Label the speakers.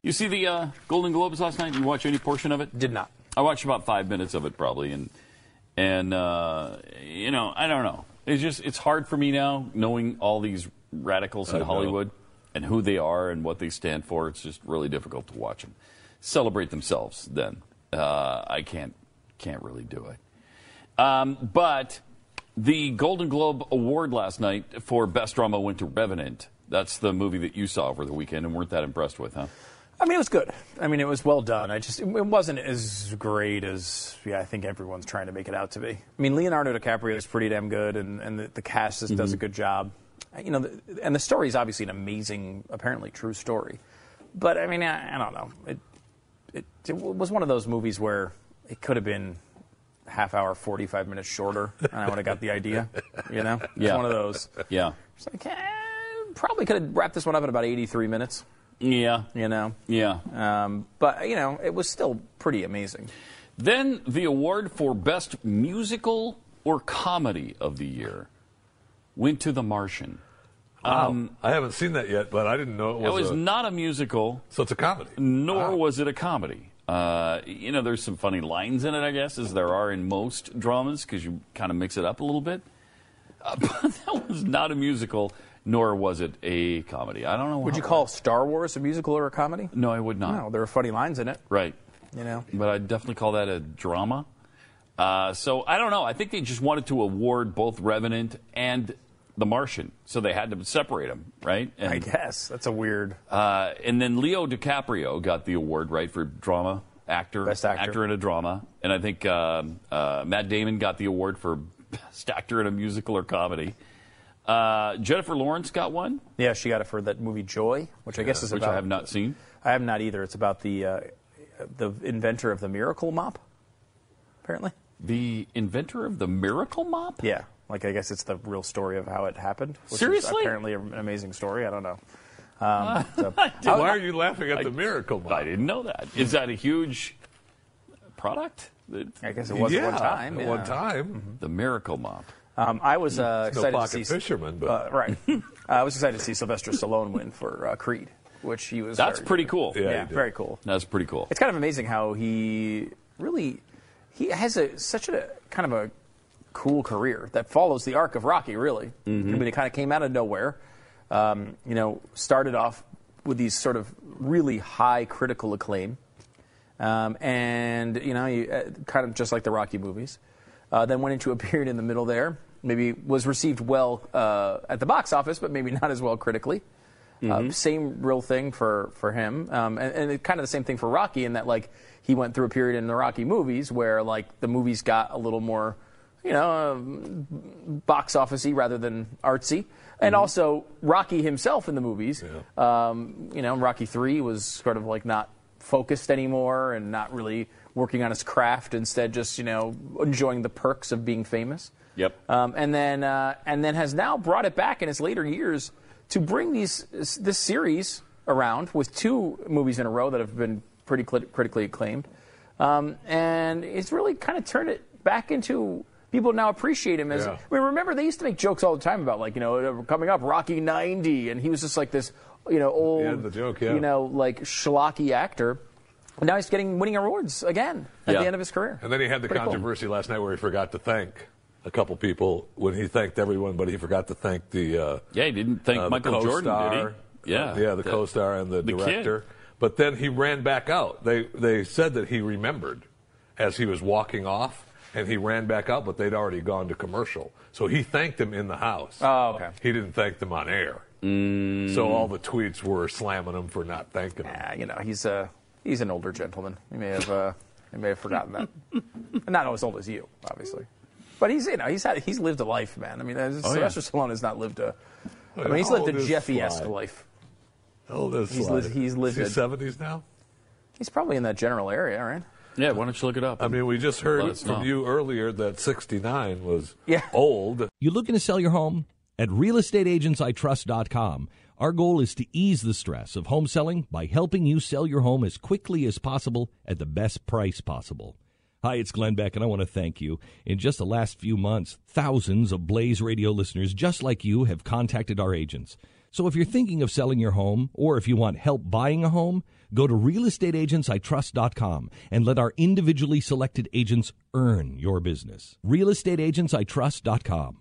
Speaker 1: You see the uh, Golden Globes last night? Did you watch any portion of it?
Speaker 2: Did not.
Speaker 1: I watched about five minutes of it probably, and and uh, you know I don't know. It's just it's hard for me now knowing all these radicals in
Speaker 3: know.
Speaker 1: Hollywood and who they are and what they stand for. It's just really difficult to watch them celebrate themselves. Then uh, I can't can't really do it. Um, but the Golden Globe Award last night for Best Drama went to Revenant. That's the movie that you saw over the weekend and weren't that impressed with, huh?
Speaker 2: I mean, it was good. I mean, it was well done. I just it wasn't as great as yeah, I think everyone's trying to make it out to be. I mean, Leonardo DiCaprio is pretty damn good, and and the, the cast just does a good job. You know, the, and the story is obviously an amazing, apparently true story. But I mean, I, I don't know. It, it it was one of those movies where it could have been half hour, forty five minutes shorter, and I would have got the idea. You know, It's
Speaker 1: Yeah.
Speaker 2: one of those.
Speaker 1: Yeah,
Speaker 2: It's like, eh, probably could have wrapped this one up in about eighty three minutes.
Speaker 1: yeah,
Speaker 2: You know.
Speaker 1: yeah.
Speaker 2: Um, but you know, it was still pretty amazing.
Speaker 1: Then the award for best musical or comedy of the year went to The Martian.
Speaker 4: Um, I haven't seen that yet, but I didn't know it
Speaker 1: It
Speaker 4: was.
Speaker 1: was
Speaker 4: a,
Speaker 1: not a musical,
Speaker 4: so it's a comedy.
Speaker 2: Ah.
Speaker 1: nor was it a comedy. Uh, you know, there's some funny lines in it, I guess, as there are in most dramas, because you kind of mix it up a little bit. Uh, but that was not a musical, nor was it a comedy. I don't know.
Speaker 2: Would
Speaker 1: how-
Speaker 2: you call Star Wars a musical or a comedy?
Speaker 1: No, I would not.
Speaker 2: No, there are funny lines in it.
Speaker 1: Right.
Speaker 2: You know,
Speaker 1: but I'd definitely call that a drama. Uh, so I don't know. I think they just wanted to award both Revenant and The Martian, so they had to separate them, right? And,
Speaker 2: I guess that's a weird.
Speaker 1: Uh, and then Leo DiCaprio got the award, right, for drama actor,
Speaker 2: Best actor.
Speaker 1: in a drama, and I think um, uh, Matt Damon got the award for best actor in a musical or comedy. Uh, Jennifer Lawrence got one,
Speaker 2: yeah, she got it for that movie Joy, which I guess is
Speaker 1: which
Speaker 2: about.
Speaker 1: I have not seen.
Speaker 2: I have not either. It's about the uh, the inventor of the miracle mop, apparently.
Speaker 1: The inventor of the Miracle Mop.
Speaker 2: Yeah, like I guess it's the real story of how it happened. Which
Speaker 1: Seriously?
Speaker 2: is apparently an amazing story. I don't know. Um, so-
Speaker 4: Why are you laughing at the miracle?
Speaker 1: I
Speaker 4: Mile?
Speaker 1: didn't know that. Is that a huge product? The,
Speaker 2: I guess it was
Speaker 4: yeah,
Speaker 2: at one time.
Speaker 4: At
Speaker 2: yeah.
Speaker 4: one time.
Speaker 1: the Miracle Mop.
Speaker 2: Um, I was uh,
Speaker 4: No
Speaker 2: excited to
Speaker 4: pocket
Speaker 2: see
Speaker 4: fisherman, but
Speaker 2: Uh, right. uh, I was excited to see Sylvester Stallone win for uh, Creed, which he was.
Speaker 1: That's
Speaker 2: very
Speaker 1: pretty
Speaker 2: good.
Speaker 1: cool.
Speaker 4: Yeah,
Speaker 2: Yeah,
Speaker 4: he did.
Speaker 2: very cool.
Speaker 1: That's pretty cool.
Speaker 2: It's kind of amazing how he really he has a such a kind of a cool career that follows the arc of Rocky. Really,
Speaker 1: Mm-hmm.
Speaker 2: I mean, it kind of came out of nowhere. Um, you know, started off with these sort of really high critical acclaim. Um, and you know, you, uh, kind of just like the Rocky movies. Uh, then went into a period in the middle there. Maybe was received well uh, at the box office, but maybe not as well critically. Uh, same real thing for for him, um, and, and it, kind of the same thing for Rocky in that like he went through a period in the Rocky movies where like the movies got a little more, you know, um, box officey rather than artsy. And also Rocky himself in the movies, um, you know, Rocky Three was sort of like not focused anymore and not really working on his craft. Instead, just you know enjoying the perks of being famous.
Speaker 1: Yep.
Speaker 2: Um, and then uh, and then has now brought it back in his later years to bring these this series around with two movies in a row that have been pretty crit- critically acclaimed, um, and it's really kind of turned it back into. People now appreciate him as.
Speaker 4: Yeah.
Speaker 2: I mean, remember they used to make jokes all the time about like you know uh, coming up Rocky '90, and he was just like this, you know, old,
Speaker 4: Yeah, the joke, yeah.
Speaker 2: you know, like schlocky actor. And now he's getting winning awards again at
Speaker 1: Yeah.
Speaker 2: the end of his career.
Speaker 4: And then he had the
Speaker 2: Pretty cool.
Speaker 4: controversy last night where he forgot to thank a couple people when he thanked everyone, but he forgot to thank the uh,
Speaker 1: Yeah, he didn't thank
Speaker 4: uh, the
Speaker 1: Michael Jordan, did
Speaker 4: co-star,
Speaker 1: he? Yeah.
Speaker 4: uh, yeah, the
Speaker 1: That-
Speaker 4: co-star and the,
Speaker 1: the kid.
Speaker 4: director. But then he ran back out. They they said that he remembered as he was walking off, and he ran back out, but they'd already gone to commercial. So he thanked them in the house.
Speaker 2: Oh, okay.
Speaker 4: He didn't thank them on air. Mm. So all the tweets were slamming him for not thanking him.
Speaker 2: Ah, you know, he's a he's an older gentleman. He may have uh, he may have forgotten that. not as old as you, obviously. But he's you know he's had he's lived a life, man. I mean, uh, Sylvester Stallone has not lived a. I mean, he's
Speaker 4: How
Speaker 2: lived
Speaker 4: old
Speaker 2: a
Speaker 4: is
Speaker 2: Jeffy-esque
Speaker 4: Sly?
Speaker 2: life.
Speaker 4: Oh, this
Speaker 2: He's li- he's livid.
Speaker 4: seventies now.
Speaker 2: He's probably in that general area, right?
Speaker 1: Yeah, why don't you look it up?
Speaker 4: I mean, we just heard
Speaker 1: Let us
Speaker 4: from
Speaker 1: know.
Speaker 4: you earlier that '69 was
Speaker 2: Yeah.
Speaker 4: old.
Speaker 3: You looking to sell your home? At realestateagentsitrust.com, our goal is to ease the stress of home selling by helping you sell your home as quickly as possible at the best price possible. Hi, it's Glenn Beck, and I want to thank you. In just the last few months, thousands of Blaze Radio listeners just like you have contacted our agents. So if you're thinking of selling your home, or if you want help buying a home, go to realestateagentsitrust.com and let our individually selected agents earn your business. realestateagentsitrust.com.